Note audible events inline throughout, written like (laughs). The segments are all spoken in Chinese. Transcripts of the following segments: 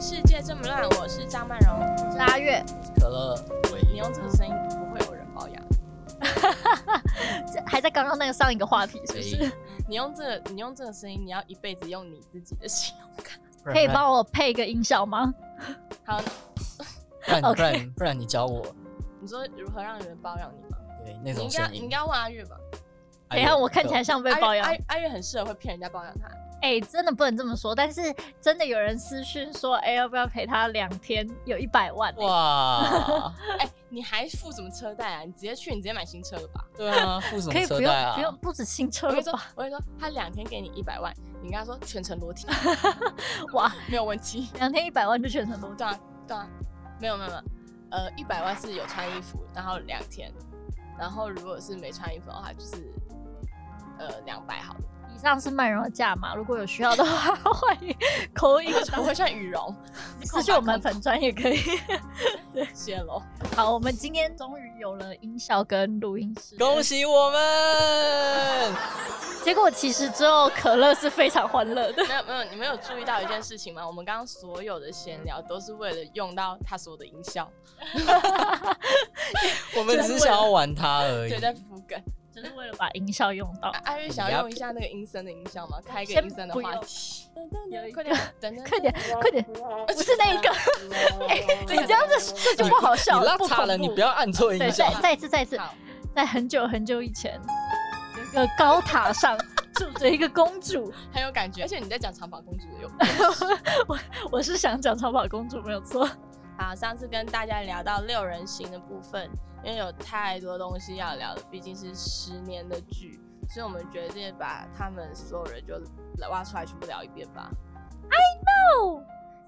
世界这么乱，我是张曼荣。我是阿月，可乐尾你用这个声音，不会有人龅牙。这还在刚刚那个上一个话题是不是？你用这个，你用这个声音，你要一辈子用你自己的信用卡。可以帮我配一个音效吗？好，不然 OK 不然不然你教我，你说如何让人包养你吗？对那你种应该声你音应。该问阿月吧。哎等一呦下，我看起来像被包养阿。月阿阿月很适合会骗人家包养他。哎、真的不能这么说，但是真的有人私讯说，哎、要不要陪他两天？有一百万、欸，哇，哎、你还付什么车贷啊？你直接去，你直接买新车了 (laughs) 吧？对啊，付什可以么不车用、贷啊？不用，不止新车我跟了你说吧？，我跟你说，他两天给你一百万，你跟他说全程裸体哇，没有问题。两天一百万就全程都对啊，对啊，没有没有没有，呃，一百万是有穿衣服，然后两天，然后如果是没穿衣服的话，就是呃两百好了， (laughs) 以上是曼荣的价码，如果有需要的话，欢迎口音因为我会穿羽绒，私讯我们粉砖也可以。 (laughs) (laughs) 谢喽。好，我们今天终于有了音效跟录音师，恭！喜我们！结果其实之后可乐是非常欢乐的，没有没有，你们有注意到一件事情吗？我们刚刚所有的闲聊都是为了用到他所有的音效，我们只是想要玩它而已对，。在铺梗。只是为了把音效用到啊。阿月想要用一下那个音声的音效吗？开一个先音声的不话用题。有一个快点，等等， (laughs) 快点，快点，不是那一 (laughs) 个。哎、你这样子这就不好笑你了，拉不差了，恐怖你不要按错对，音再效。再一次，再一次，好，在很久很久以前，有一个高塔上住着一个公主。很有感觉。而且你在讲长发公主的有我是想讲长发公主，没有错。好，上次跟大家聊到六人行的部分，因为有太多东西要聊了，毕竟是十年的剧，所以我们决定把他们所有人就挖出来全部聊一遍吧。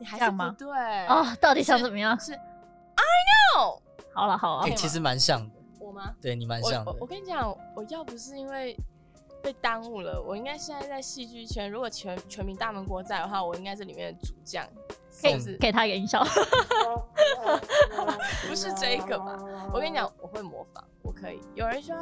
你还这是样不吗对哦，到底想怎么样？是 I 哦，好了好了哎，以，其实蛮像的，我吗？对你蛮我像的我。我跟你讲，我要不是因为被耽误了，我应该现在在戏剧圈，如果全全民大闷锅在的话，我应该是里面的主将，可是以不是？给他一个音效。 (laughs) (laughs) 不是这一个吧？我跟你讲，我会模仿，我可以。有人需要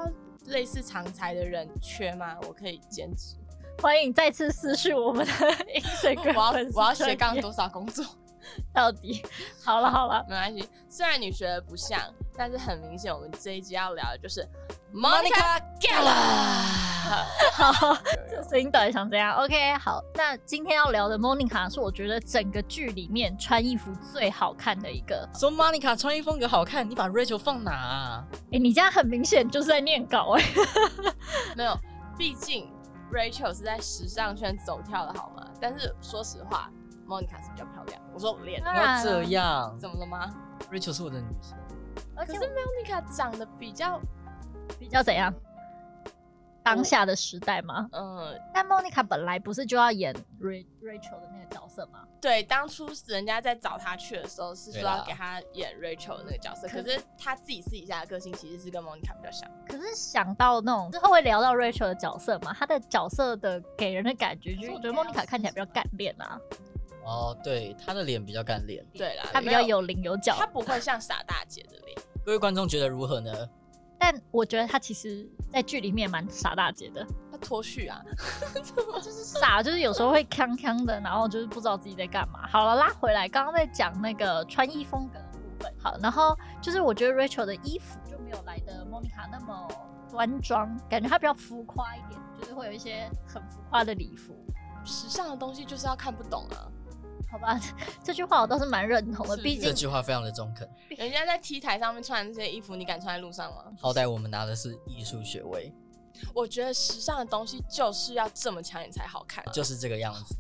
类似常才的人缺吗？我可以兼职。欢迎再次私讯我们的我 Instagram 要粉丝我要专学刚页多少工作？ (laughs) 到底。好了好了，没关系，虽然你学的不像，但是很明显，我们这一集要聊的就是 Monica Geller。 (laughs) 好，这 (laughs) 声音到底想怎样？OK，好，那今天要聊的 Monica 是我觉得整个剧里面穿衣服最好看的一个。说 Monica 穿衣风格好看，你把 Rachel 放哪啊？哎、你这样很明显就是在念稿 (laughs) 哎、没有，毕竟 Rachel 是在时尚圈走跳的好吗？但是说实话，Monica 是比较漂亮。我说我脸当不然要啊这样怎么了吗，Rachel 是我的女神。而可且是 Monica 长得比较，比较怎样？当下的时代吗？嗯，但莫妮卡本来不是就要演 Ra- Rachel 的那个角色吗？对，当初人家在找她去的时候是说对啦要给她演 Rachel 的那个角色，可啊可是她自己私底下的个性其实是跟 Monica 比较像。可是想到那种之后会聊到 Rachel 的角色嘛，她的角色的给人的感觉就是，我觉得莫妮卡看起来比较干练啊，哦，对，她的脸比较干练。对啦，她比没较有，有棱有角她。不会像傻大姐的脸。各位观众觉得如何呢？但我觉得她其实在剧里面蛮傻大姐的，她脱序啊，就是傻，就是有时候会康康的，然后就是不知道自己在干嘛。好了，拉回来，刚刚在讲那个穿衣风格的部分。好，然后就是我觉得 Rachel 的衣服就没有来的 Monica 那么端庄，感觉她比较浮夸一点，就是会有一些很浮夸的礼服。时尚的东西就是要看不懂 (laughs) 啊。好吧， (laughs) 这句话我倒是蛮认同的，是毕已这竟句话非常的中肯，人家在 T 台上面穿的这些衣服，你敢穿在路上吗？好歹我们拿的是艺术学位，我觉得时尚的东西就是要这么抢眼才好看。啊就是这个样子。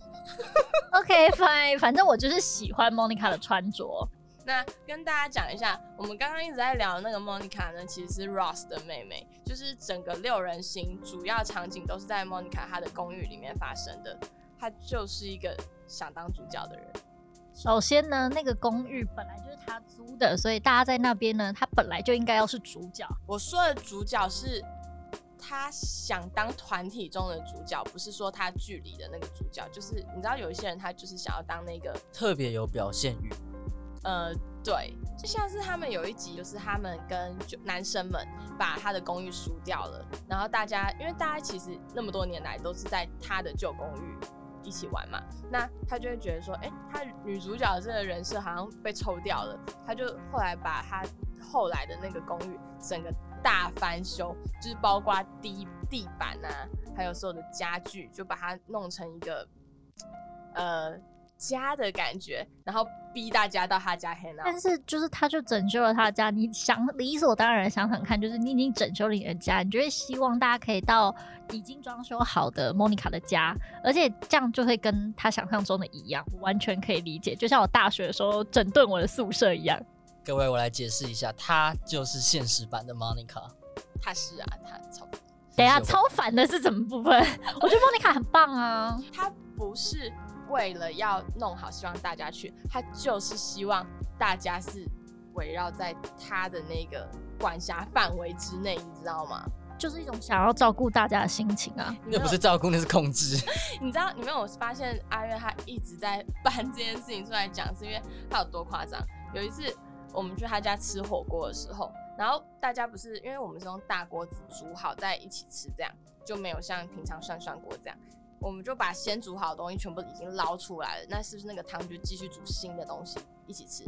OK fine，反正我就是喜欢 Monica 的穿着。那跟大家讲一下，我们刚刚一直在聊的那个 Monica 呢，其实是 Ross 的妹妹，就是整个六人行主要场景都是在 Monica 她的公寓里面发生的。她就是一个想当主角的人，首先呢，那个公寓本来就是她租的，所以大家在那边呢，她本来就应该要是主角。我说的主角是他想当团体中的主角，不是说他剧里的那个主角。就是你知道有一些人，他就是想要当那个特别有表现欲。呃，对，就像是他们有一集，就是他们跟就男生们把他的公寓输掉了，然后大家因为大家其实那么多年来都是在他的旧公寓一起玩嘛，那他就会觉得说，哎、他女主角这个人设好像被抽掉了，他就后来把他后来的那个公寓整个大翻修，就是包括地地板啊，还有所有的家具，就把它弄成一个呃家的感觉，然后逼大家到他家 hang out。但是就是他就拯救了他的家，你想理所当然地想想看，就是你已经拯救了你的家，你就会希望大家可以到已经装修好的莫妮卡的家，而且这样就会跟他想象中的一样，我完全可以理解。就像我大学的时候整顿我的宿舍一样，各位，我来解释一下，她就是现实版的 Monica。他是啊，他超等一下就是超烦的是怎么部分？ (laughs) 我觉得莫妮卡很棒啊，他不是为了要弄好，希望大家去，他就是希望大家是围绕在他的那个管辖范围之内，你知道吗？就是一种想要照顾大家的心情啊。你那不是照顾，那是控制。 (laughs) 你知道，你没有发现阿月他一直在搬这件事情出来讲，是因为他有多夸张？有一次我们去他家吃火锅的时候，然后大家不是因为我们是用大锅子煮好在一起吃，这样就没有像平常涮涮锅这样，我们就把先煮好的东西全部已经捞出来了，那是不是那个汤就继续煮新的东西一起吃？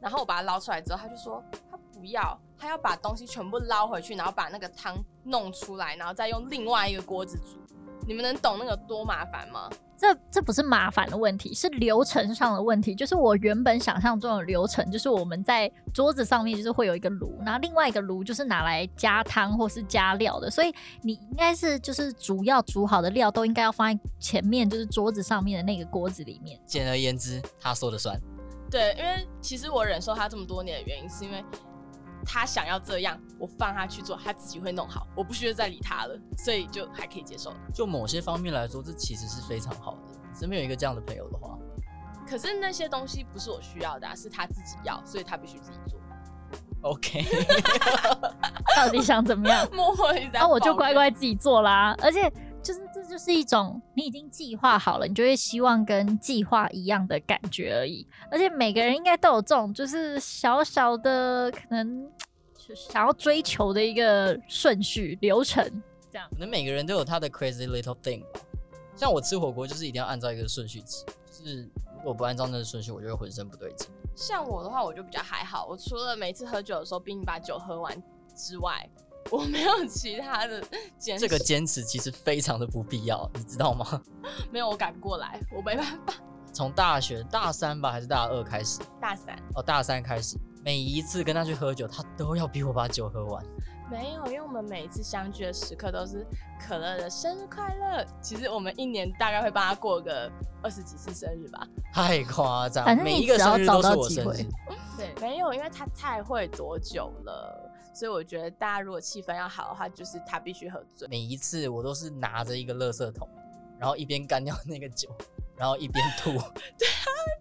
然后我把它捞出来之后，他就说他不要，他要把东西全部捞回去，然后把那个汤弄出来，然后再用另外一个锅子煮。你们能懂那个多麻烦吗？这这不是麻烦的问题，是流程上的问题。就是我原本想象中的流程，就是我们在桌子上面就是会有一个炉，然后另外一个炉就是拿来加汤或是加料的。所以你应该是就是主要煮好的料都应该要放在前面，就是桌子上面的那个锅子里面。简而言之，她说的算。对，因为其实我忍受他这么多年的原因，是因为他想要这样，我放他去做，他自己会弄好，我不需要再理他了，所以就还可以接受。就某些方面来说，这其实是非常好的。身边有一个这样的朋友的话，可是那些东西不是我需要的、啊，是他自己要，所以他必须自己做。 OK， (laughs) 到底想怎 (laughs) 么样？默默一直在那、啊我就抱乖怨乖自己做啦。而且就是这就是一种你已经计划好了，你就会希望跟计划一样的感觉而已。而且每个人应该都有这种就是小小的可能就想要追求的一个顺序流程。可能每个人都有他的 crazy little thing 吧。像我吃火锅就是一定要按照一个顺序吃，就是如果不按照那个顺序，我就会浑身不对劲。像我的话，我就比较还好，我除了每次喝酒的时候逼你把酒喝完之外，我没有其他的坚持。这个坚持其实非常的不必要，你知道吗？没有，我改不过来，我没办法。从大学大三吧，还是大二开始，大三哦，大三开始，每一次跟他去喝酒，他都要逼我把酒喝完。没有，因为我们每一次相聚的时刻都是可乐的生日快乐。其实我们一年大概会帮他过个二十几次生日吧。太夸张反，正每你一只个要生日找都到是我机生会日。对，没有，因为他太会躲酒了，所以我觉得大家如果气氛要好的话，就是他必须喝醉。每一次我都是拿着一个垃圾桶，然后一边干掉那个酒，然后一边吐。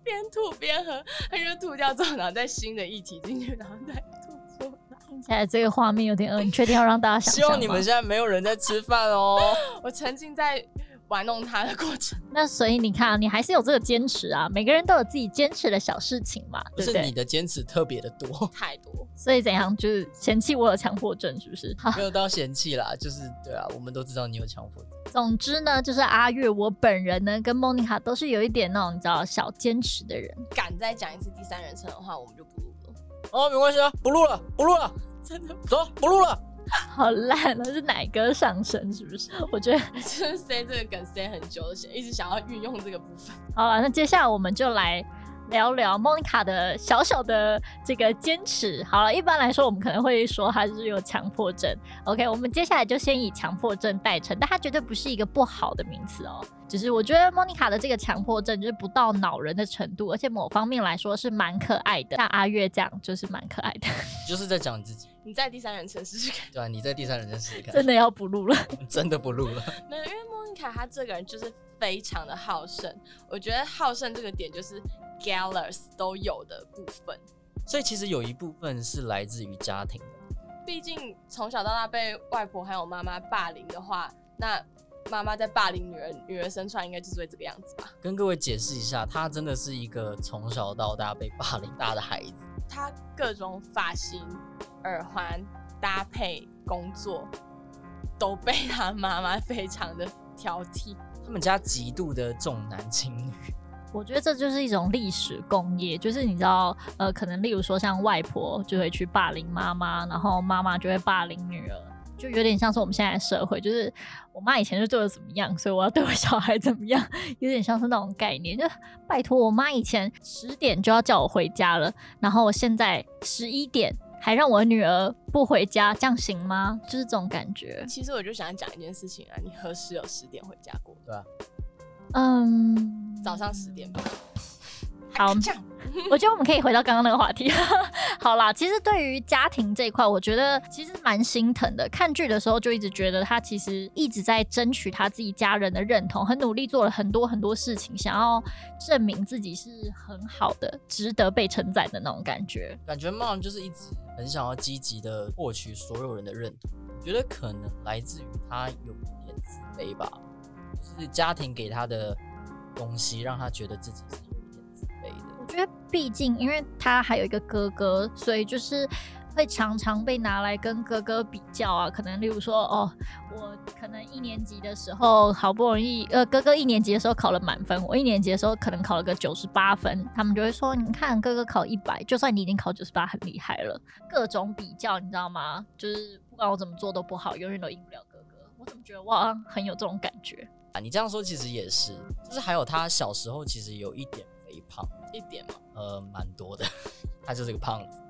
边吐边喝，他就吐掉之后，然后再新的一体进去，然后再吐出来。听起来这个画面有点饿，呃你确定要让大家想 (laughs) 希象吗？望你们现在没有人在吃饭哦。我沉浸在玩弄他的过程。那所以你看、啊，你还是有这个坚持啊。每个人都有自己坚持的小事情嘛，不对不是对你？的坚持特别的多，太多，所以怎样就是嫌弃我有强迫症，是不 (laughs) 是？好，没有到嫌弃啦，就是对啊，我们都知道你有强迫症。总之呢，就是阿月我本人呢，跟莫妮卡都是有一点那种你知道小坚持的人。敢再讲一次第三人称的话，我们就不录了。 (laughs) 哦，没关系啊，不录了，不录了，真的，走，不录了。好烂了，啊是奶哥上身是不是？我觉得就是塞这个梗塞很久了，一直想要运用这个部分。好了，那接下来我们就来聊聊莫妮卡的小小的这个坚持。好了，一般来说我们可能会说她是有强迫症。OK，我们接下来就先以强迫症代称，但它绝对不是一个不好的名词哦。只是我觉得莫妮卡的这个强迫症就是不到恼人的程度，而且某方面来说是蛮可爱的。像阿月这样就是蛮可爱的，你就是在讲你自己，你在第三人称试试看。对啊，你在第三人称试试看，真的要不录了。 (laughs) 我们真的不录了。 (laughs) (laughs) 没有，因为莫妮卡她这个人就是非常的好胜，我觉得好胜这个点就是 Gallers 都有的部分。所以其实有一部分是来自于家庭的，毕竟从小到大被外婆还有妈妈霸凌的话，那妈妈在霸凌女儿，女儿生出来应该就是会这个样子吧？跟各位解释一下，他真的是一个从小到大被霸凌大的孩子。她各种发型、耳环搭配、工作都被她妈妈非常的挑剔。他们家极度的重男轻女，我觉得这就是一种历史工业，就是你知道，呃，可能例如说像外婆就会去霸凌妈妈，然后妈妈就会霸凌女儿，就有点像是我们现在的社会，就是我妈以前就对我怎么样，所以我要对我小孩怎么样， (laughs) 有点像是那种概念。就拜托，我妈以前十点就要叫我回家了，然后我现在十一点还让我女儿不回家，这样行吗？就是这种感觉。其实我就想讲一件事情啊，你何时有十点回家过？嗯，早上十点吧。好这样 (laughs) 我觉得我们可以回到刚刚那个话题。 (laughs) 好啦，其实对于家庭这一块，我觉得其实蛮心疼的。看剧的时候就一直觉得他其实一直在争取他自己家人的认同，很努力做了很多很多事情，想要证明自己是很好的，值得被称赞的那种感觉。感觉 mom 就是一直很想要积极的获取所有人的认同。我觉得可能来自于她有一点自卑吧，就是家庭给她的东西让她觉得自己是有一点自卑的。我觉得，毕竟因为他还有一个哥哥，所以就是会常常被拿来跟哥哥比较啊。可能例如说，哦，我可能一年级的时候好不容易，呃，哥哥一年级的时候考了满分，我一年级的时候可能考了个九十八分，他们就会说，你看哥哥考一百，就算你已经考九十八，很厉害了。各种比较，你知道吗？就是不管我怎么做都不好，永远都赢不了哥哥。我怎么觉得我好像很有这种感觉？啊，你这样说其实也是，就是还有她小时候其实有一点肥胖，一点嘛，呃，蛮多的，她就是个胖子。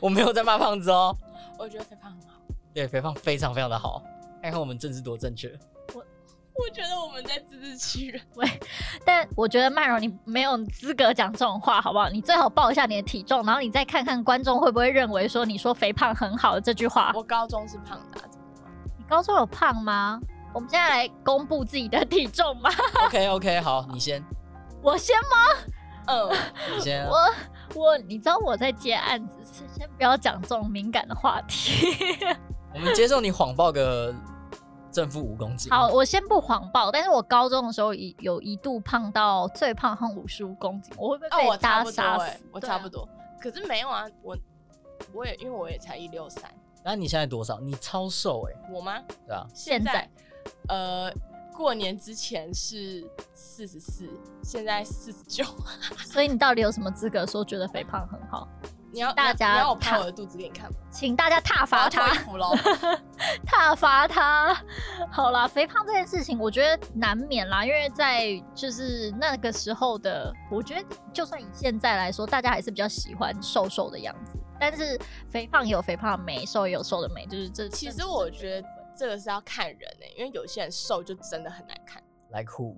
我没有在骂胖子哦，我觉得肥胖很好。对，肥胖非常非常的好。看看我们政治多正确，我觉得我们在自治欺人。但我觉得曼柔你没有资格讲这种话，好不好？你最好报一下你的体重，然后你再看看观众会不会认为说你说肥胖很好这句话。 (laughs) 我高中是胖的、啊，怎么了？你高中有胖吗？我们现在来公布自己的体重吧。 OK OK，好，你先， (laughs) 我先 (laughs) 嗯，你先啊、我我，你知道我在接案子，先先不要讲这种敏感的话题。 (laughs) 我们接受你谎报个正负五公斤。好，，我先不谎报，但是我高中的时候一有一度胖到最胖好像五十五公斤，我会不哦，会我被差大不家多、杀死？欸，我对差啊不多。可是没有啊，我我也因为我也才一六三，那你现在多少？你超瘦哎、欸，我吗？对吧、现在呃，过年之前是四十四，现在四十九。 (laughs) 所以你到底有什么资格说觉得肥胖很好？你要大家你要我拍看我的肚子给你看吗？请大家挞我伐要脱他衣。 (laughs) 服喽！挞伐他。 (laughs) 好啦，肥胖这件事情，我觉得难免啦，因为在就是那个时候的，我觉得就算以现在来说，大家还是比较喜欢瘦瘦的样子。但是肥胖也有肥胖的美，瘦也有瘦的美，就是这。其实我觉得这个是要看人诶、因为有些人瘦就真的很难看，来酷，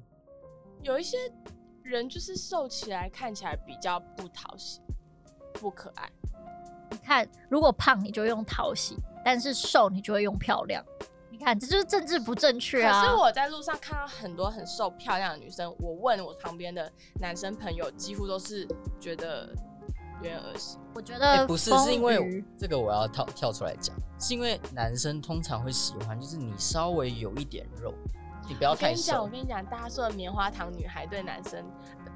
有一些人就是瘦起来看起来比较不讨喜、不可爱。你看，如果胖你就用讨喜，但是瘦你就会用漂亮。你看，这就是政治不正确啊！可是我在路上看到很多很瘦漂亮的女生，我问我旁边的男生朋友，几乎都是觉得有点恶心。我觉呃哎、得不是，丰是因为腴这个我要跳跳出来讲，是因为男生通常会喜欢，就是你稍微有一点肉，你不要我跟太你讲，瘦我。跟你讲，大家说的棉花糖女孩对男生，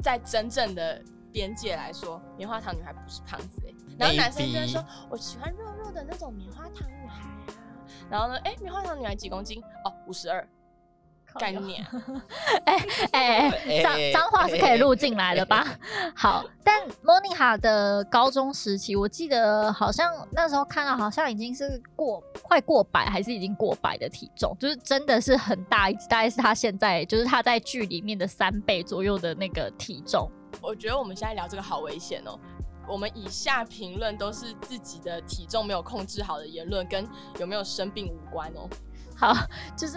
在真正的边界来说，棉花糖女孩不是胖子哎、然后男生就会说 Maybe，我喜欢肉肉的那种棉花糖女孩啊。然后呢，哎、棉花糖女孩几公斤？哦，五十二。啊靠概腰念，哎、哎脏哎脏话是可以录进来的吧？ (laughs) 好，但莫妮卡的高中时期，我记得好像那时候看到，好像已经是过快过百，还是已经过百的体重，就是真的是很大，一大概是她现在就是她在剧里面的三倍左右的那个体重。我觉得我们现在聊这个好危险哦。我们以下评论都是自己的体重没有控制好的言论，跟有没有生病无关哦。好，就是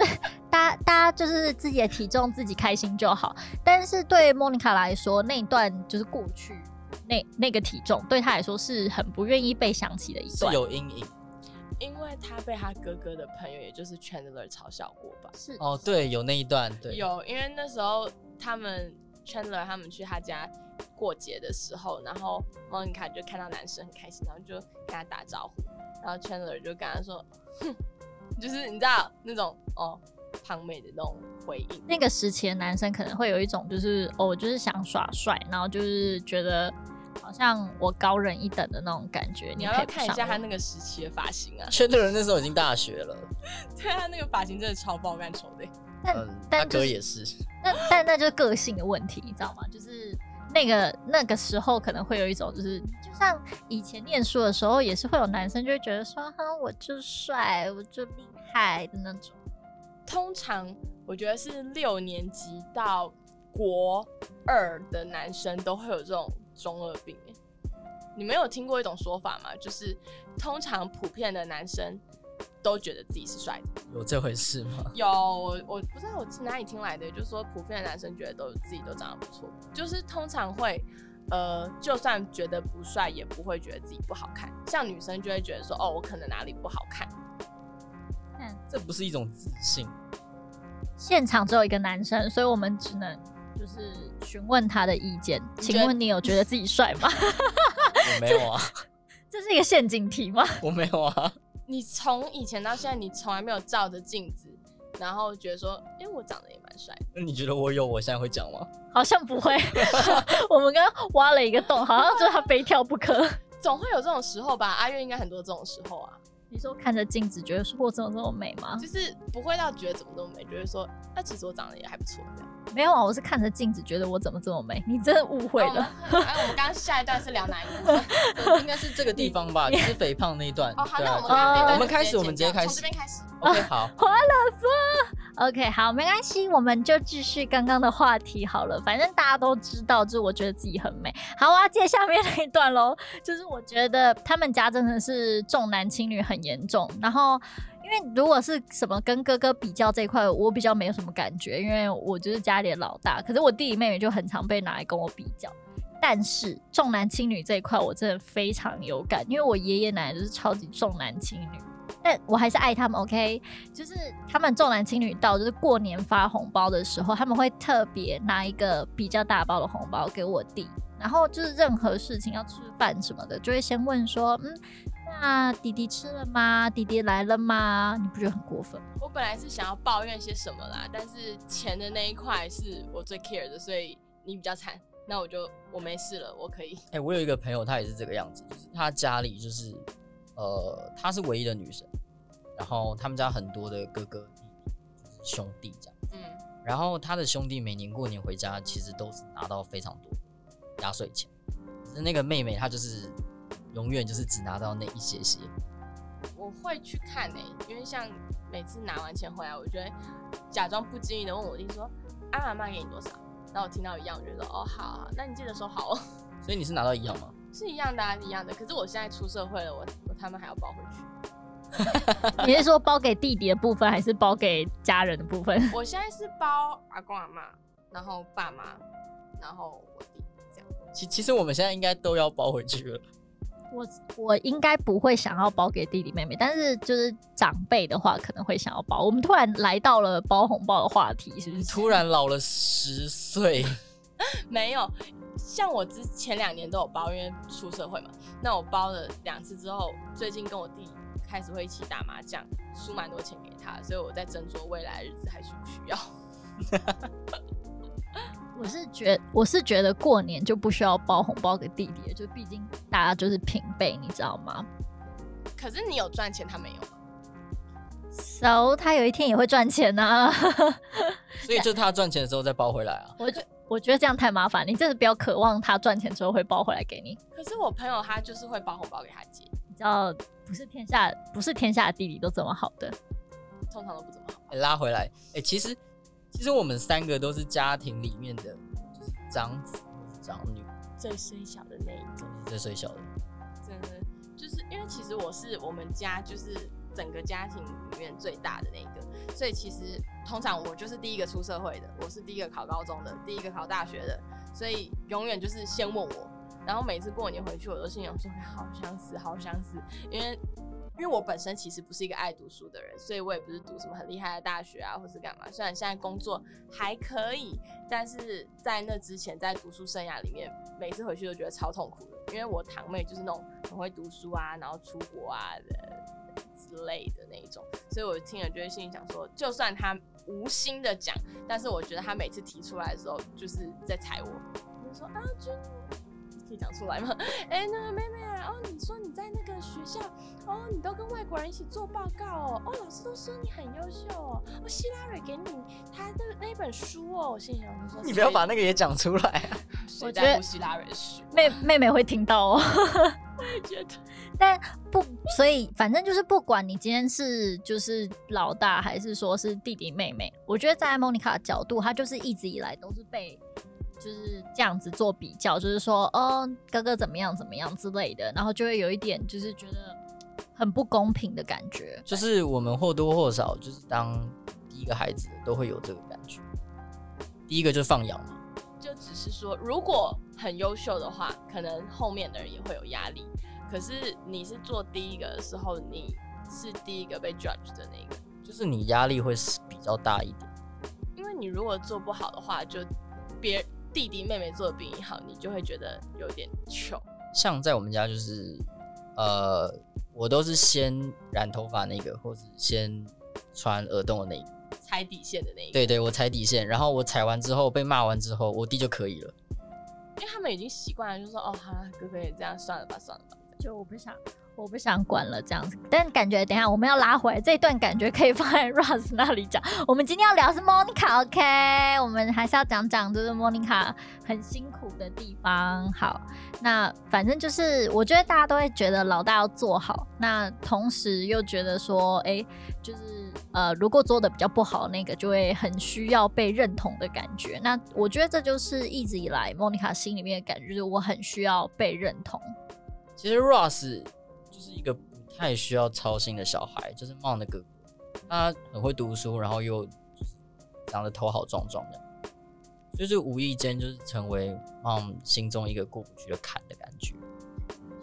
大家大家就是自己的体重自己开心就好。但是对莫妮卡来说，那一段就是过去那那个体重，对她来说是很不愿意被想起的一哎是段。有阴影因为他被他哥哥的朋友，也就是 Chandler 嘲笑过吧？是哦，对，有那一段，对，有，因为那时候他们 Chandler 他们去他家过节的时候，然后 Monica 就看到男生很开心，然后就跟他打招呼，然后 Chandler 就跟他说，哼， (laughs) 就是你知道那种哦胖妹的那种回应。那个时期的男生可能会有一种就是哦，我就是想耍帅，然后就是觉得好像我高人一等的那种感觉。你你要不配要不看一上下他我那个时期的发型啊？圈的人那时候已经大学了， (laughs) 对啊，那个发型真的超爆干丑的欸。但嗯，但他就哥是也是，那但那就是个性的问题，你知道吗？就是那个那个时候可能会有一种，就是就像以前念书的时候，也是会有男生就会觉得说，哼，我就帅，我就厉害的那种。通常我觉得是六年级到国二的男生都会有这种中二病耶。你们有听过一种说法吗？就是通常普遍的男生都觉得自己是帅的。有这回事吗？有，我我不知道我是哪里听来的，欸就是说普遍的男生觉得都自己都长得不错，就是通常会，呃，就算觉得不帅，也不会觉得自己不好看。像女生就会觉得说，哦，我可能哪里不好看。 (laughs) 这不是一种自信，现场只有一个男生，所以我们只能就是询问他的意见。觉请得问你有觉得自己帅吗？ (laughs) 我没有啊， (laughs) 这是一个陷阱题吗？我没有啊，你从以前到现在，你从来没有照着镜子，然后觉得说，哎、我长得也蛮帅的。那你觉得我有？我现在会讲吗？好像不会。 (laughs) 我们刚刚挖了一个洞，好像就是他非跳不可。总会有这种时候吧？阿月应该很多这种时候啊，你说看着镜子觉得说我怎么这么美吗？就是不会到觉得怎么都没，觉得说，那、其实我长得也还不错这样。没有啊，我是看着镜子觉得我怎么这么美，你真的误会了。哎。我们哎，我们刚刚下一段是聊哪一个部分？应该是这个地方吧，就是肥胖那一段。哦，好，对那啊我们对啊那哦段我就们开始我们直接剪掉开从始这边开始。 (laughs) OK，好， OK，好，没关系，我们就继续刚刚的话题好了。反正大家都知道，就是我觉得自己很美。好，我要接下面那一段喽。 (laughs) 就是我觉得他们家真的是重男轻女很严重。然后，因为如果是什么跟哥哥比较这一块，我比较没有什么感觉，因为我就是家里的老大。可是我弟弟妹妹就很常被拿来跟我比较。但是重男轻女这一块，我真的非常有感，因为我爷爷奶奶就是超级重男轻女。但我还是爱他们，OK？就是他们重男轻女到，就是过年发红包的时候，他们会特别拿一个比较大包的红包给我弟，然后就是任何事情要吃饭什么的，就会先问说，嗯，那弟弟吃了吗？弟弟来了吗？你不觉得很 (laughs) 过分吗？我本来是想要抱怨些什么啦，但是钱的那一块是我最 care 的，所以你比较惨，那我就我没事了，我可以。哎、我有一个朋友，她也是这个样子，就是她家里就是，呃，她是唯一的女生，然后他们家很多的哥哥弟弟，就是兄弟这样，嗯，然后她的兄弟每年过年回家，其实都是拿到非常多的压岁钱，可是那个妹妹她就是永远就是只拿到那一些些，我会去看诶、因为像每次拿完钱回来，我就会假装不经意的问我弟说：“啊，阿妈给你多少？”然后我听到一样，我就说：“哦，好啊，那你记得收好哦。 (laughs) 所以你是拿到一样吗？”是一样的、啊，一样的。可是我现在出社会了，我我他们还要抱回去。你是说包给弟弟的部分，还是包给家人的部分？我现在是包阿公阿妈，然后爸妈，然后我弟这样。其其实我们现在应该都要包回去了，我我应该不会想要包给弟弟妹妹，但是就是长辈的话可能会想要包。我们突然来到了包红包的话题，是不是？突然老了十岁，没有，像我之前两年都有包，因为出社会嘛。那我包了两次之后，最近跟我弟开始会一起打麻将，输蛮多钱给他，所以我在斟酌未来的日子还需不需要。 (laughs) 我是觉我是觉得过年就不需要包红包给弟弟了，就毕竟大家就是平辈，你知道吗可是你有赚钱，他没有。 ？So 他有一天也会赚钱呐、 (laughs) 所以就她赚钱的时候再包回来啊。 (laughs) 我觉我觉得这样太麻烦，你真的不要渴望他赚钱之后会包回来给你。可是我朋友他就是会包红包给他姐，你知道不是天下不是天下的弟弟都这么好的，通常都不怎么好。欸拉回来，哎、其实其实我们三个都是家庭里面的，就是长子或是长女，最虽小的那一都是最最小的。真的就是因为其实我是我们家就是整个家庭里面最大的那一个，所以其实通常我就是第一个出社会的，我是第一个考高中的，第一个考大学的，所以永远就是先问我。然后每次过年回去，我都心想说哎好想死，好想死，因为因为我本身其实不是一个爱读书的人，所以我也不是读什么很厉害的大学啊，或是干嘛。虽然现在工作还可以，但是在那之前，在读书生涯里面，每次回去都觉得超痛苦的，因为我堂妹就是那种很会读书啊，然后出国啊的之类的那一种，所以我听了就会心里想说，就算她无心的讲，但是我觉得她每次提出来的时候，就是在踩我，就说啊，君，可以讲出来吗？哎、那个妹妹啊，哦，你说你在那个学校，哦，你都跟外国人一起做报告哦，哦，老师都说你很优秀哦，哦，希拉蕊给你他的那本书哦，我心里想说，你不要把那那个也讲出来啊！我谁觉在得乎希拉蕊的书，妹妹妹会听到哦。觉得但不，所以反正就是不管你今天是就是老大还是说是弟弟妹妹，我觉得在 Monica 的角度，她就是一直以来都是被就是这样子做比较，就是说哦哥哥怎么样怎么样之类的，然后就会有一点就是觉得很不公平的感觉。就是我们或多或少，就是当第一个孩子都会有这个感觉。第一个就是放养嘛，就只是说，如果很优秀的话，可能后面的人也会有压力。可是你是做第一个的时候，你是第一个被 judge 的那个，就是你压力会是比较大一点。因为你如果做不好的话，就别弟弟妹妹做的比你好，你就会觉得有点糗。像在我们家就是，呃，我都是先染头发那个，或是先穿耳洞的那一个。踩底线的那一个，对对，我踩底线，然后我踩完之后被骂完之后，我弟就可以了。因为他们已经习惯了，就说哦，好啦，哥哥也这样，算了吧，算了吧。就我不想。我不想管了，这样子。但感觉等一下我们要拉回来这一段，感觉可以放在 (laughs) Russ 那里讲。我们今天要聊的是 Monica，OK？、我们还是要讲讲就是 Monica 很辛苦的地方。好，那反正就是我觉得大家都会觉得老大要做好，那同时又觉得说，哎、就是呃，如果做的比较不好，那个就会很需要被认同的感觉。那我觉得这就是一直以来 Monica 心里面的感觉，就是我很需要被认同。其实 Ross 就是一个不太需要操心的小孩，就是 Mon 的哥哥，他很会读书，然后又就是长得头好壮壮的，就是无意间就是成为 Mon 心中一个过不去的坎的感觉。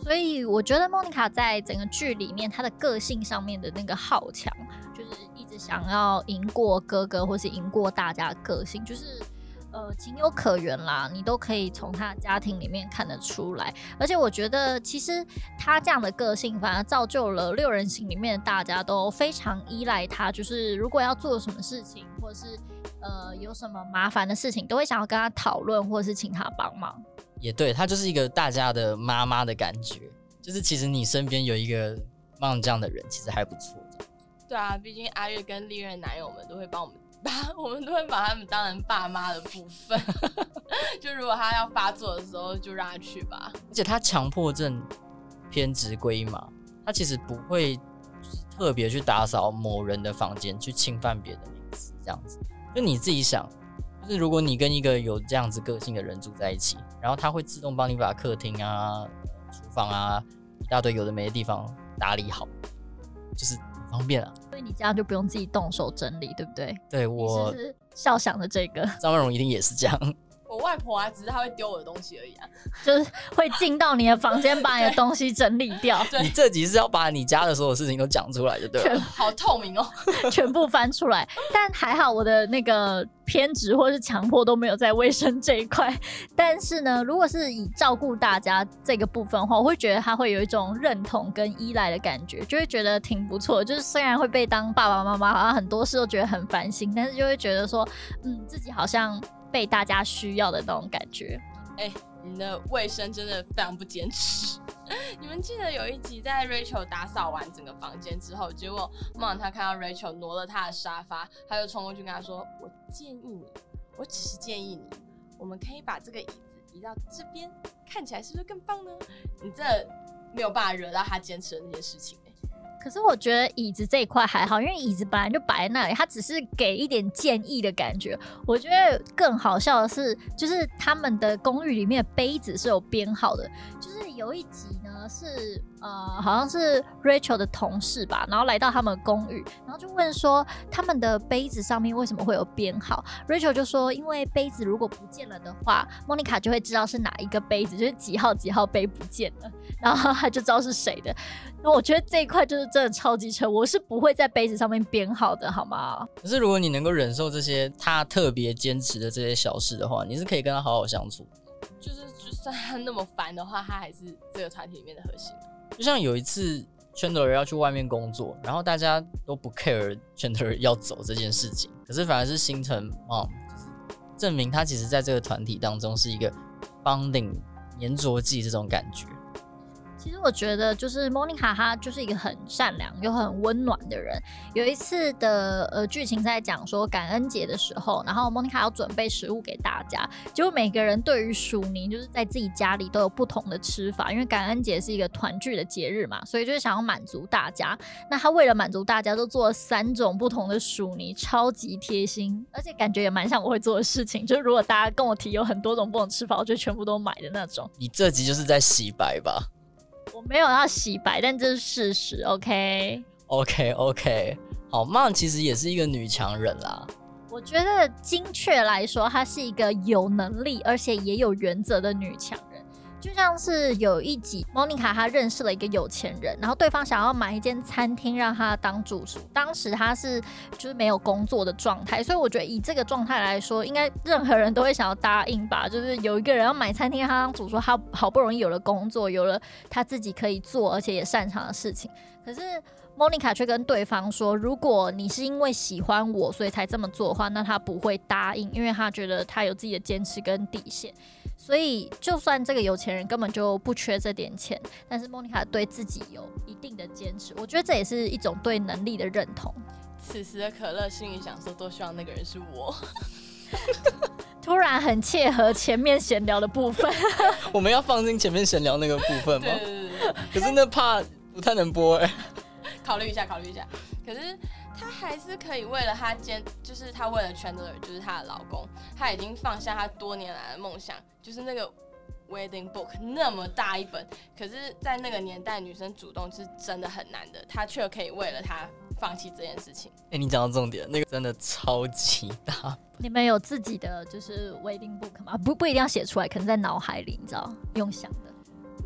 所以我觉得莫妮卡在整个剧里面，她的个性上面的那个好强，就是一直想要赢过哥哥，或是赢过大家的个性，就是呃情有可原啦，你都可以从她的家庭里面看得出来。而且我觉得，其实她这样的个性，反而造就了六人行里面的大家都非常依赖她，就是如果要做什么事情，或是呃有什么麻烦的事情，都会想要跟她讨论，或是请她帮忙。也对，她就是一个大家的妈妈的感觉，就是其实你身边有一个 Mon 这样的人，其实还不错。对啊，毕竟阿月跟历任男友们都会帮我们 (laughs) 把，我们都会把他们当成爸妈的部分。 (laughs) 就如果他要发作的时候，就让他去吧。而且他强迫症偏执归嘛，他其实不会就是特别去打扫某人的房间，去侵犯别人的隐私这样子。就你自己想，就是如果你跟一个有这样子个性的人住在一起，然后他会自动帮你把客厅啊、呃厨房啊一大堆有的没的地方打理好，就是很方便啊。所以你这样就不用自己动手整理，对不对？对你我是不是笑想着这个，张曼荣一定也是这样。我外婆啊，只是她会丢我的东西而已啊。就是会进到你的房间，把你的东西整理掉，对你这集是要把你家的所有事情都讲出来就对了。好透明哦，全部翻出来。但还好我的那个偏执或是强迫都没有在卫生这一块。但是呢，如果是以照顾大家这个部分的话，我会觉得他会有一种认同跟依赖的感觉，就会觉得挺不错。就是虽然会被当爸爸妈妈，好像很多事都觉得很烦心，但是就会觉得说，嗯，自己好像被大家需要的那种感觉。你的卫生真的非常不坚持。 (laughs) 你们记得有一集在 Rachel 打扫完整个房间之后，结果梦他看到 Rachel 挪了他的沙发，他就冲过去跟他说：“我建议你，我只是建议你，我们可以把这个椅子移到这边，看起来是不是更棒呢？”你这没有办法惹到他坚持的那些事情、欸。可是我觉得椅子这一块还好，因为椅子本来就摆在那里，它只是给一点建议的感觉。我觉得更好笑的是，就是他们的公寓里面的杯子是有编号的，就是有一集呢是呃好像是 Rachel 的同事吧，然后来到他们公寓，然后就问说他们的杯子上面为什么会有编号，Rachel 就说因为杯子如果不见了的话，莫妮卡就会知道是哪一个杯子，就是几号几号杯不见了，然后他就知道是谁的。那我觉得这一块就是真的超级扯，我是不会在杯子上面编号的，好吗？可是如果你能够忍受这些他特别坚持的这些小事的话，你是可以跟他好好相处。就是就算他那么烦的话，他还是这个团体里面的核心。就像有一次 Chandler 要去外面工作，然后大家都不 care Chandler 要走这件事情，可是反而是星辰 mom 就是证明他其实在这个团体当中是一个 bonding 粘着剂这种感觉。其实我觉得，就是莫妮卡她就是一个很善良又很温暖的人。有一次的呃剧情在讲说感恩节的时候，然后莫妮卡要准备食物给大家，结果每个人对于薯泥就是在自己家里都有不同的吃法，因为感恩节是一个团聚的节日嘛，所以就是想要满足大家。那她为了满足大家，都做了三种不同的薯泥，超级贴心，而且感觉也蛮像我会做的事情。就是如果大家跟我提有很多种不同吃法，我就全部都买的那种。你这集就是在洗白吧 (laughs) 我没有要洗白，但这是事实，OK？ ？OK OK，好，曼其实也是一个女强人啦。 (laughs) 我觉得精确来说，她是一个有能力而且也有原则的女强人。就像是有一集，莫妮卡她认识了一个有钱人，然后对方想要买一间餐厅让她当主厨。当时她是就是没有工作的状态，所以我觉得以这个状态来说，应该任何人都会想要答应吧。就是有一个人要买餐厅让她当主厨，她好不容易有了工作，有了她自己可以做而且也擅长的事情。可是莫妮卡却跟对方说，如果你是因为喜欢我所以才这么做的话，那她不会答应，因为她觉得她有自己的坚持跟底线。所以，就算这个有钱人根本就不缺这点钱，但是莫妮卡对自己有一定的坚持，我觉得这也是一种对能力的认同。此时的可乐心里想说，多希望那个人是我。 (laughs) 突然很切合前面闲聊的部分，我们要放进前面闲聊那个部分吗对？对对对对，可是那怕不太能播哎、考虑一下，考虑一下。可是她还是可以为了她坚，就是她为了 Chandler，就是她的老公，她已经放下她多年来的梦想，就是那个 wedding book 那么大一本，可是，在那个年代，女生主动是真的很难的，她却可以为了他放弃这件事情。哎、你讲到重点，那个真的超级大。 (laughs) 你们有自己的就是 wedding book 吗？不不一定要写出来，可能在脑海里，你知道，用想的。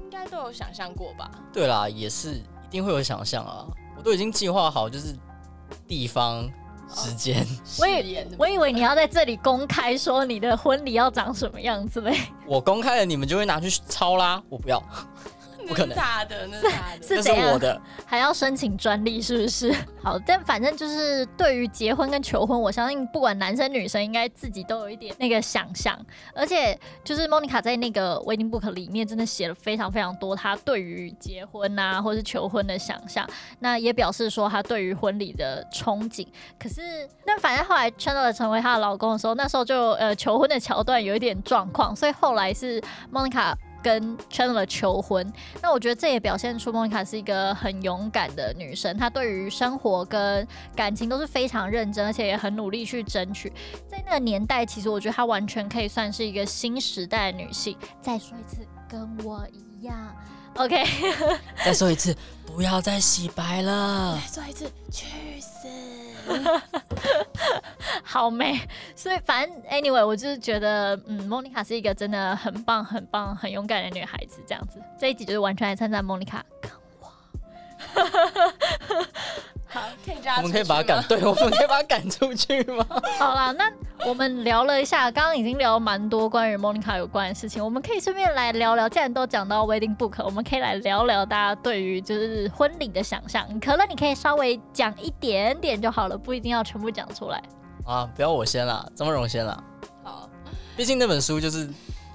应该都有想象过吧？对啦，也是一定会有想象啊，我都已经计划好，就是地方、时间。 (laughs) 我以誓言的部我分以为你要在这里公开说你的婚礼要长什么样子嘞，我公开了，你们就会拿去抄啦。我不要，不可那能是他的，那是他的，是那是怎样我的。还要申请专利是不是？ (laughs) 好，但反正就是对于结婚跟求婚，我相信不管男生女生，应该自己都有一点那个想象。而且就是莫妮卡在那个 wedding book 里面真的写了非常非常多她对于结婚啊或是求婚的想象，那也表示说她对于婚礼的憧憬。可是那反正后来 Chandler 成为她的老公的时候，那时候就呃求婚的桥段有一点状况，所以后来是莫妮卡。跟 Chandler 求婚，那我觉得这也表现出莫妮卡是一个很勇敢的女生，她对于生活跟感情都是非常认真，而且也很努力去争取。在那个年代，其实我觉得她完全可以算是一个新时代的女性。再说一次，跟我一样，OK？ (laughs) 再说一次，不要再洗白了。再说一次，去死！好美。所以反正 anyway，我就是觉得，嗯，莫妮卡是一个真的很棒、很棒、很勇敢的女孩子。这样子，这一集就是完全来称赞莫妮卡。好，可以叫他我们可以出去把他赶 (laughs) 吗，对，我们可以把他赶出去吗？好啦，那我们聊了一下，刚刚已经聊蛮多关于 Monica 有关的事情，我们可以顺便来聊聊。既然都讲到 wedding book，我们可以来聊聊大家对于就是婚礼的想象。可乐，你可以稍微讲一点点就好了，不一定要全部讲出来。啊，不要我先啦，张梦荣先啦。好，毕竟那本书就是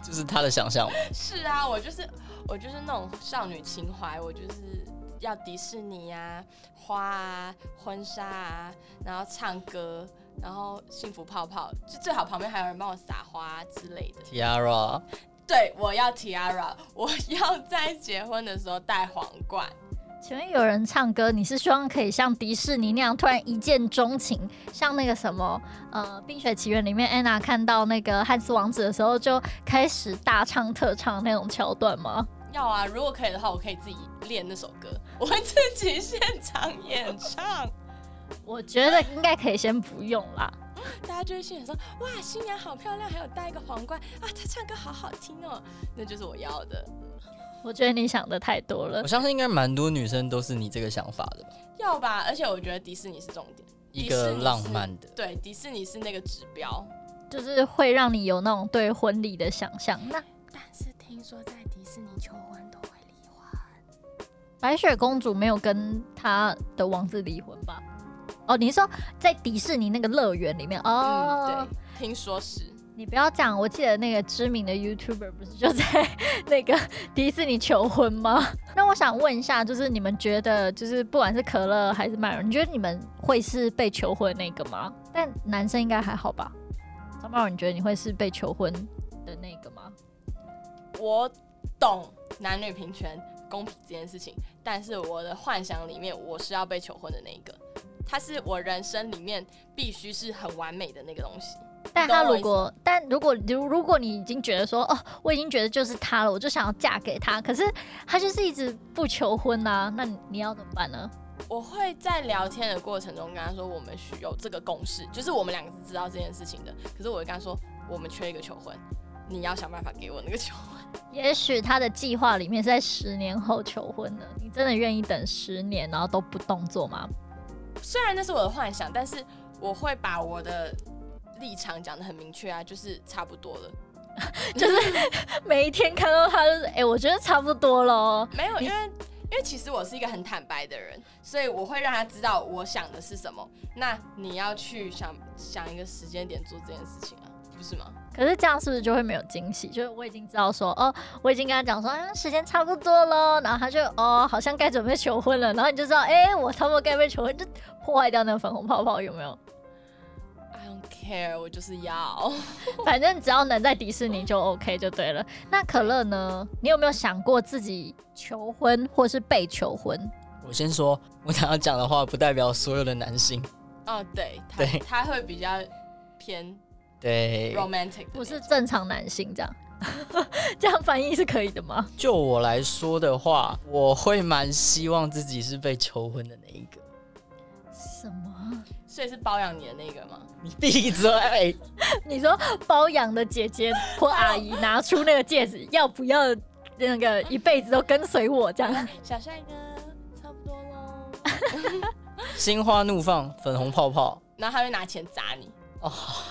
就是他的想象嘛。是啊，我就是我就是那种少女情怀，我就是要迪士尼啊，花啊，婚纱啊，然后唱歌，然后幸福泡泡，就最好旁边还有人帮我撒花、之类的。 Tiara，对，我要 tiara，我要在结婚的时候戴皇冠。请问有人唱歌，你是希望可以像迪士尼那样突然一见钟情，像那个什么呃《冰雪奇缘》里面安娜看到那个汉斯王子的时候就开始大唱特唱那种桥段吗？要啊，如果可以的话，我可以自己练那首歌，我会自己现场演唱。我觉得应该可以先不用啦。大家就会欣赏说：“哇，新娘好漂亮，还有戴一个皇冠啊，她唱歌好好听哦。”那就是我要的。我觉得你想的太多了我。相信应该蛮多女生都是你这个想法的吧？要吧，而且我觉得迪士尼是重点，一个浪漫的，对，迪士尼是那个指标。就是会让你有那种对婚礼的想象。那但是听说在迪士尼求婚都会离婚，白雪公主没有跟她的王子离婚吧？哦，你是说在迪士尼那个乐园里面哦、嗯嗯，对，听说是，你不要讲，我记得那个知名的 YouTuber 不是就在 (laughs) 那个迪士尼求婚吗？那我想问一下，就是你们觉得，就是不管是可乐还是麦容，你觉得你们会是被求婚那个吗？但男生应该还好吧？张曼荣，你觉得你会是被求婚的那个吗？我懂男女平权、公平这件事情，但是我的幻想里面，我是要被求婚的那一个，它是我人生里面必须是很完美的那个东西。但他懂我意如思果，但如果如如果你已经觉得说，哦，我已经觉得就是他了，我就想要嫁给他，可是他就是一直不求婚啊，那你你要怎么办呢？我会在聊天的过程中跟他说，我们需有这个共识，就是我们两个是知道这件事情的。可是我会跟他说，我们缺一个求婚，你要想办法给我那个求婚。也许他的计划里面是在十年后求婚的，你真的愿意等十年，然后都不动作吗？ (laughs) 虽然那是我的幻想，但是我会把我的立场讲得很明确啊，就是差不多了。每一天看到他就是，哎、我觉得差不多咯。没有，因为因为其实我是一个很坦白的人，所以我会让他知道我想的是什么。那你要去想想一个时间点做这件事情啊，不是吗？可是这样是不是就会没有惊喜？就是我已经知道说，哦，我已经跟他讲说，啊，时间差不多咯，然后他就，哦，好像该准备求婚了，然后你就知道，哎、我差不多该被求婚，就破坏掉那个粉红泡泡，有没 (laughs) 有？ I don't care，我就是要。反正只要能在迪士尼就 OK 就对了。那可乐呢？你有没有想过自己求婚或是被求婚？我先说，我想要讲的话不代表所有的男性，哦，对，他对他会比较偏对， romantic，的不是那种正常男性这样， (laughs) 这样翻译是可以的吗？就我来说的话，我会蛮希望自己是被求婚的那一个。什么？所以是包养你的那个吗？你闭嘴！哎你说包养的姐姐或阿姨拿出那个戒指，要不要那个一辈子都跟随我这样？ (laughs) 小帅哥，差不多喽。心花怒放，粉红泡泡， (laughs) 然后他会拿钱砸你，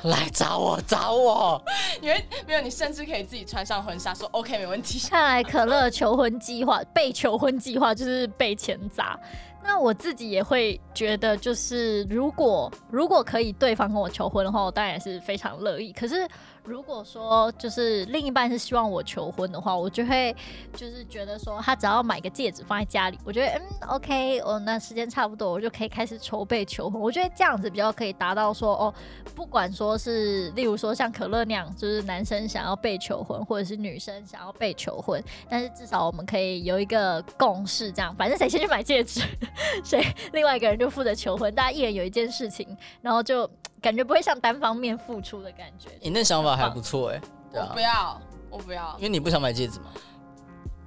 来找我，找我！因为没有你，甚至可以自己穿上婚纱说 OK 没问题。看来可乐求婚计划被求婚计划就是被钱砸。那我自己也会觉得，就是如果如果可以对方跟我求婚的话，我当然也是非常乐意。可是如果说就是另一半是希望我求婚的话，我就会就是觉得说他只要买个戒指放在家里，我觉得嗯 OK，哦那时间差不多，我就可以开始筹备求婚。我觉得这样子比较可以达到说哦，不管说是例如说像可乐那样，就是男生想要被求婚，或者是女生想要被求婚，但是至少我们可以有一个共识，这样反正谁先去买戒指， (laughs) 谁另外一个人就负责求婚，大家一人有一件事情，然后就感觉不会像单方面付出的感觉。你那想法还不错哎、对我啊不，要，我不要因，为你不想买戒指嘛。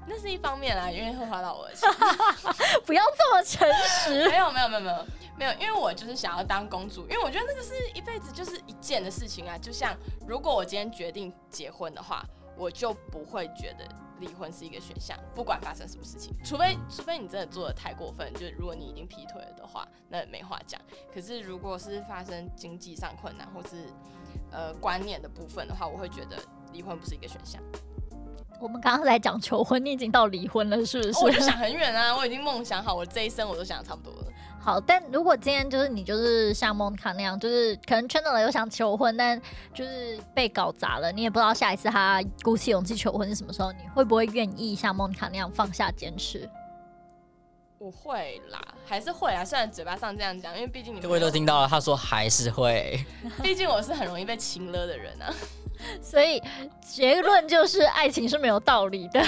那是一方面啦，因为会花到我的钱。 (laughs) 不要这么诚实。 (laughs) 没有没有没有没有没有，因为我就是想要当公主，因为我觉得那个是一辈子就是一件的事情啊。就像如果我今天决定结婚的话，我就不会觉得离婚是一个选项，不管发生什么事情，除非除非你真的做的太过分，就是如果你已经劈腿了的话，那没话讲。可是如果是发生经济上困难或是呃观念的部分的话，我会觉得离婚不是一个选项。我们刚刚在讲求婚，你已经到离婚了，是不？哦我就是想很远啊，我已经梦想好，我这一生我都想的差不多了。 (laughs) 好，但如果今天就是你就是像蒙卡那样，就是可能圈到了又想求婚，但就是被搞砸了，你也不知道下一次他鼓起勇气求婚是什么时候，你会不会愿意像蒙卡那样放下坚持？我会啦，还是会啦。啊虽然嘴巴上这样讲，因为毕竟你们各位都听到了，他说还是会。毕竟我是很容易被情勒的人啊。 (laughs) 所以结论就是，爱情是没有道理的，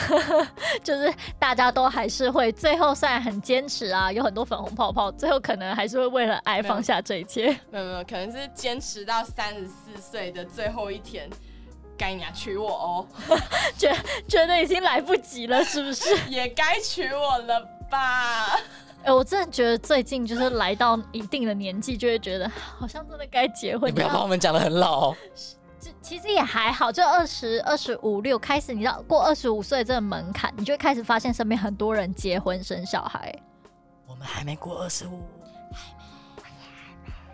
就是大家都还是会最后虽然很坚持啊，有很多粉红泡泡，最后可能还是会为了爱没有放下这一切。没有没有，可能是坚持到三十四岁的最后一天，该你啊娶我哦，觉得已经来不及了，是不是？也该娶我了吧？ (laughs) 哎、我真的觉得最近就是来到一定的年纪，就会觉得好像真的该结婚你一样。不要把我们讲的很老、哦，这其实也还好，就二十二十五六开始，你知道过二十五岁这个门槛，你就会开始发现身边很多人结婚生小孩。我们还没过二十五，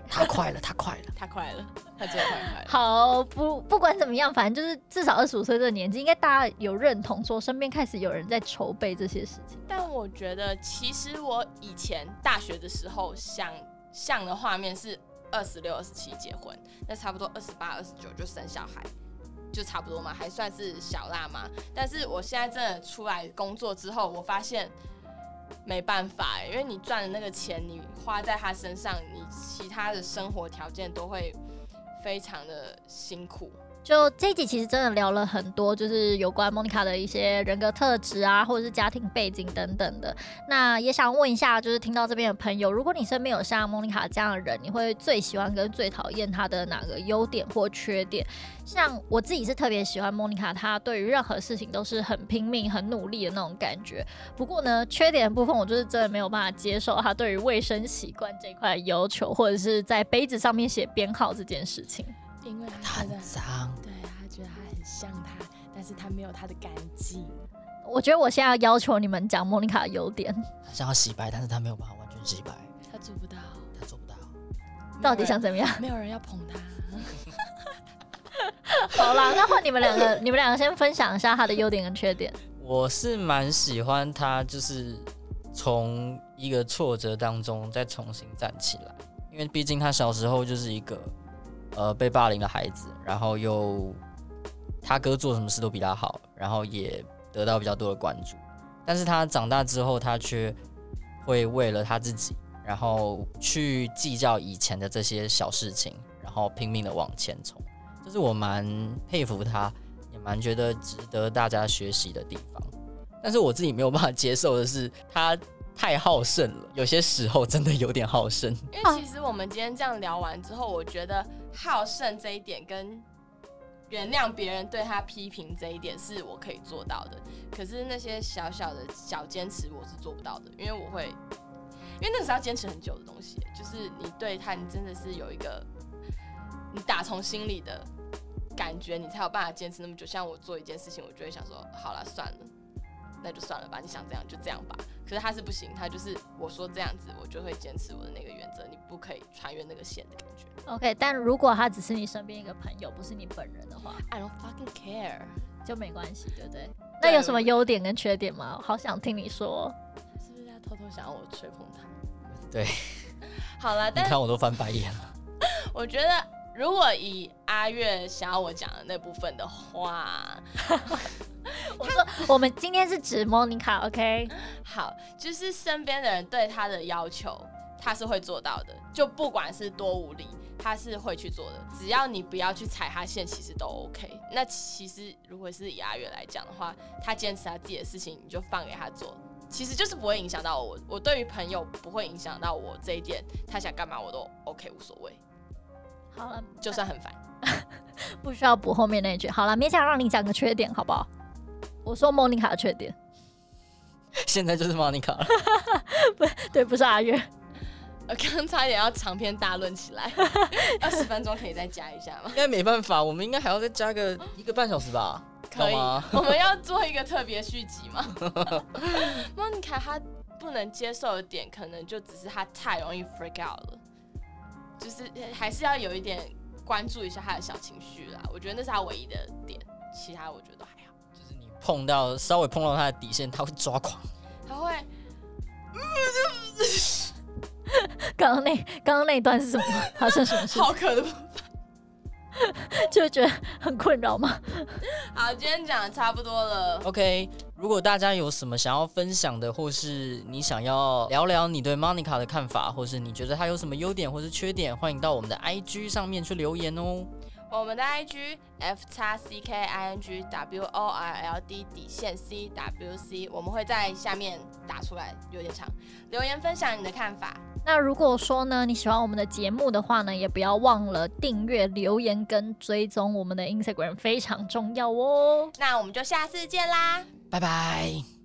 他快了，他快了。太快了，他真的太快了。好，不不管怎么样，反正就是至少二十五岁这个年纪，应该大家有认同说身边开始有人在筹备这些事情。但我觉得，其实我以前大学的时候想象的画面是二十六、二十七结婚，那差不多二十八、二十九就生小孩，就差不多嘛，还算是小辣妈。但是我现在真的出来工作之后，我发现没办法、欸因为你赚的那个钱，你花在他身上，你其他的生活条件都会非常的辛苦。就这一集其实真的聊了很多，就是有关莫妮卡的一些人格特质啊，或者是家庭背景等等的。那也想问一下，就是听到这边的朋友，如果你身边有像莫妮卡这样的人，你会最喜欢跟最讨厌她的哪个优点或缺点？像我自己是特别喜欢莫妮卡，她对于任何事情都是很拼命、很努力的那种感觉。不过呢，缺点的部分我就是真的没有办法接受她对于卫生习惯这一块的要求，或者是在杯子上面写编号这件事情。因为他很真的，脏。对他觉得他很像他，但是他没有他的干净。我觉得我现在要要求你们讲莫妮卡的优点，他想要洗白，但是他没有办法完全洗白，他做不到，他做不到。到底想怎么样？没有人要捧他。 (laughs) 好啦，那换你们两个，你们两个先分享一下他的优点跟缺点。我是蛮喜欢他，就是从一个挫折当中再重新站起来，因为毕竟他小时候就是一个呃被霸凌的孩子，然后又他哥做什么事都比他好，然后也得到比较多的关注，但是他长大之后，他却会为了他自己，然后去计较以前的这些小事情，然后拼命的往前冲，这是我蛮佩服他。也蛮觉得值得大家学习的地方。但是我自己没有办法接受的是，他太好胜了，有些时候真的有点好胜。因为其实我们今天这样聊完之后，我觉得好胜这一点跟原谅别人对他批评这一点是我可以做到的，可是那些小小的小坚持我是做不到的，因为我会，因为那个是要坚持很久的东西，就是你对他，你真的是有一个你打从心里的感觉，你才有办法坚持那么久。像我做一件事情，我就会想说，好了，算了。那就算了吧，你想这样就这样吧。可是他是不行，他就是我说这样子，我就会坚持我的那个原则，你不可以穿越那个线的感觉。 OK，但如果他只是你身边一个朋友，不是你本人的话， I don't fucking care。就没关系，对不对？那对有什么优点跟缺点吗？我好想听你说。他是不是在偷偷想要我吹捧他？对， (laughs) 好了，你但看我都翻白眼了。我觉得如果以阿月想要我讲的那部分的话，我说我们今天是指莫妮卡，OK？好，就是身边的人对他的要求，他是会做到的，就不管是多无理，他是会去做的。只要你不要去踩他线，其实都 OK。那其实如果是以阿月来讲的话，他坚持他自己的事情，你就放给他做。其实就是不会影响到我，我对于朋友不会影响到我这一点，他想干嘛我都 OK 无所谓，好了，就算很烦。 (laughs) 不需要补后面那一句。好了，勉强让你讲个缺点，好不好？我说莫妮卡的缺点，现在就是莫妮卡了，对，不是阿月。我呃刚刚差点要长篇大论起来， (laughs) 二十分钟可以再加一下吗？应该没办法，我们应该还要再加个一个半小时吧？可以懂啊 (laughs) 吗，我们要做一个特别续集吗？莫妮卡她不能接受的点，可能就只是她太容易 freak out 了，就是呃还是要有一点关注一下她的小情绪啦。我觉得那是她唯一的点，其他我觉得都还好。就是你碰到稍微碰到他的底线，他会抓狂。她会刚刚那刚刚那一段是什么？发生什么事？好可恶。就觉得很困扰吗？ (laughs) 好，今天讲的差不多了。 OK，如果大家有什么想要分享的，或是你想要聊聊你对 Monica 的看法，或是你觉得她有什么优点或是缺点，欢迎到我们的 IG 上面去留言哦。我们的 IG F 叉 C K I N G W O R L D 底线 C W C，我们会在下面打出来，有点长。留言分享你的看法。那如果说呢，你喜欢我们的节目的话呢，也不要忘了订阅、留言跟追踪我们的 Instagram，非常重要哦。那我们就下次见啦，拜拜。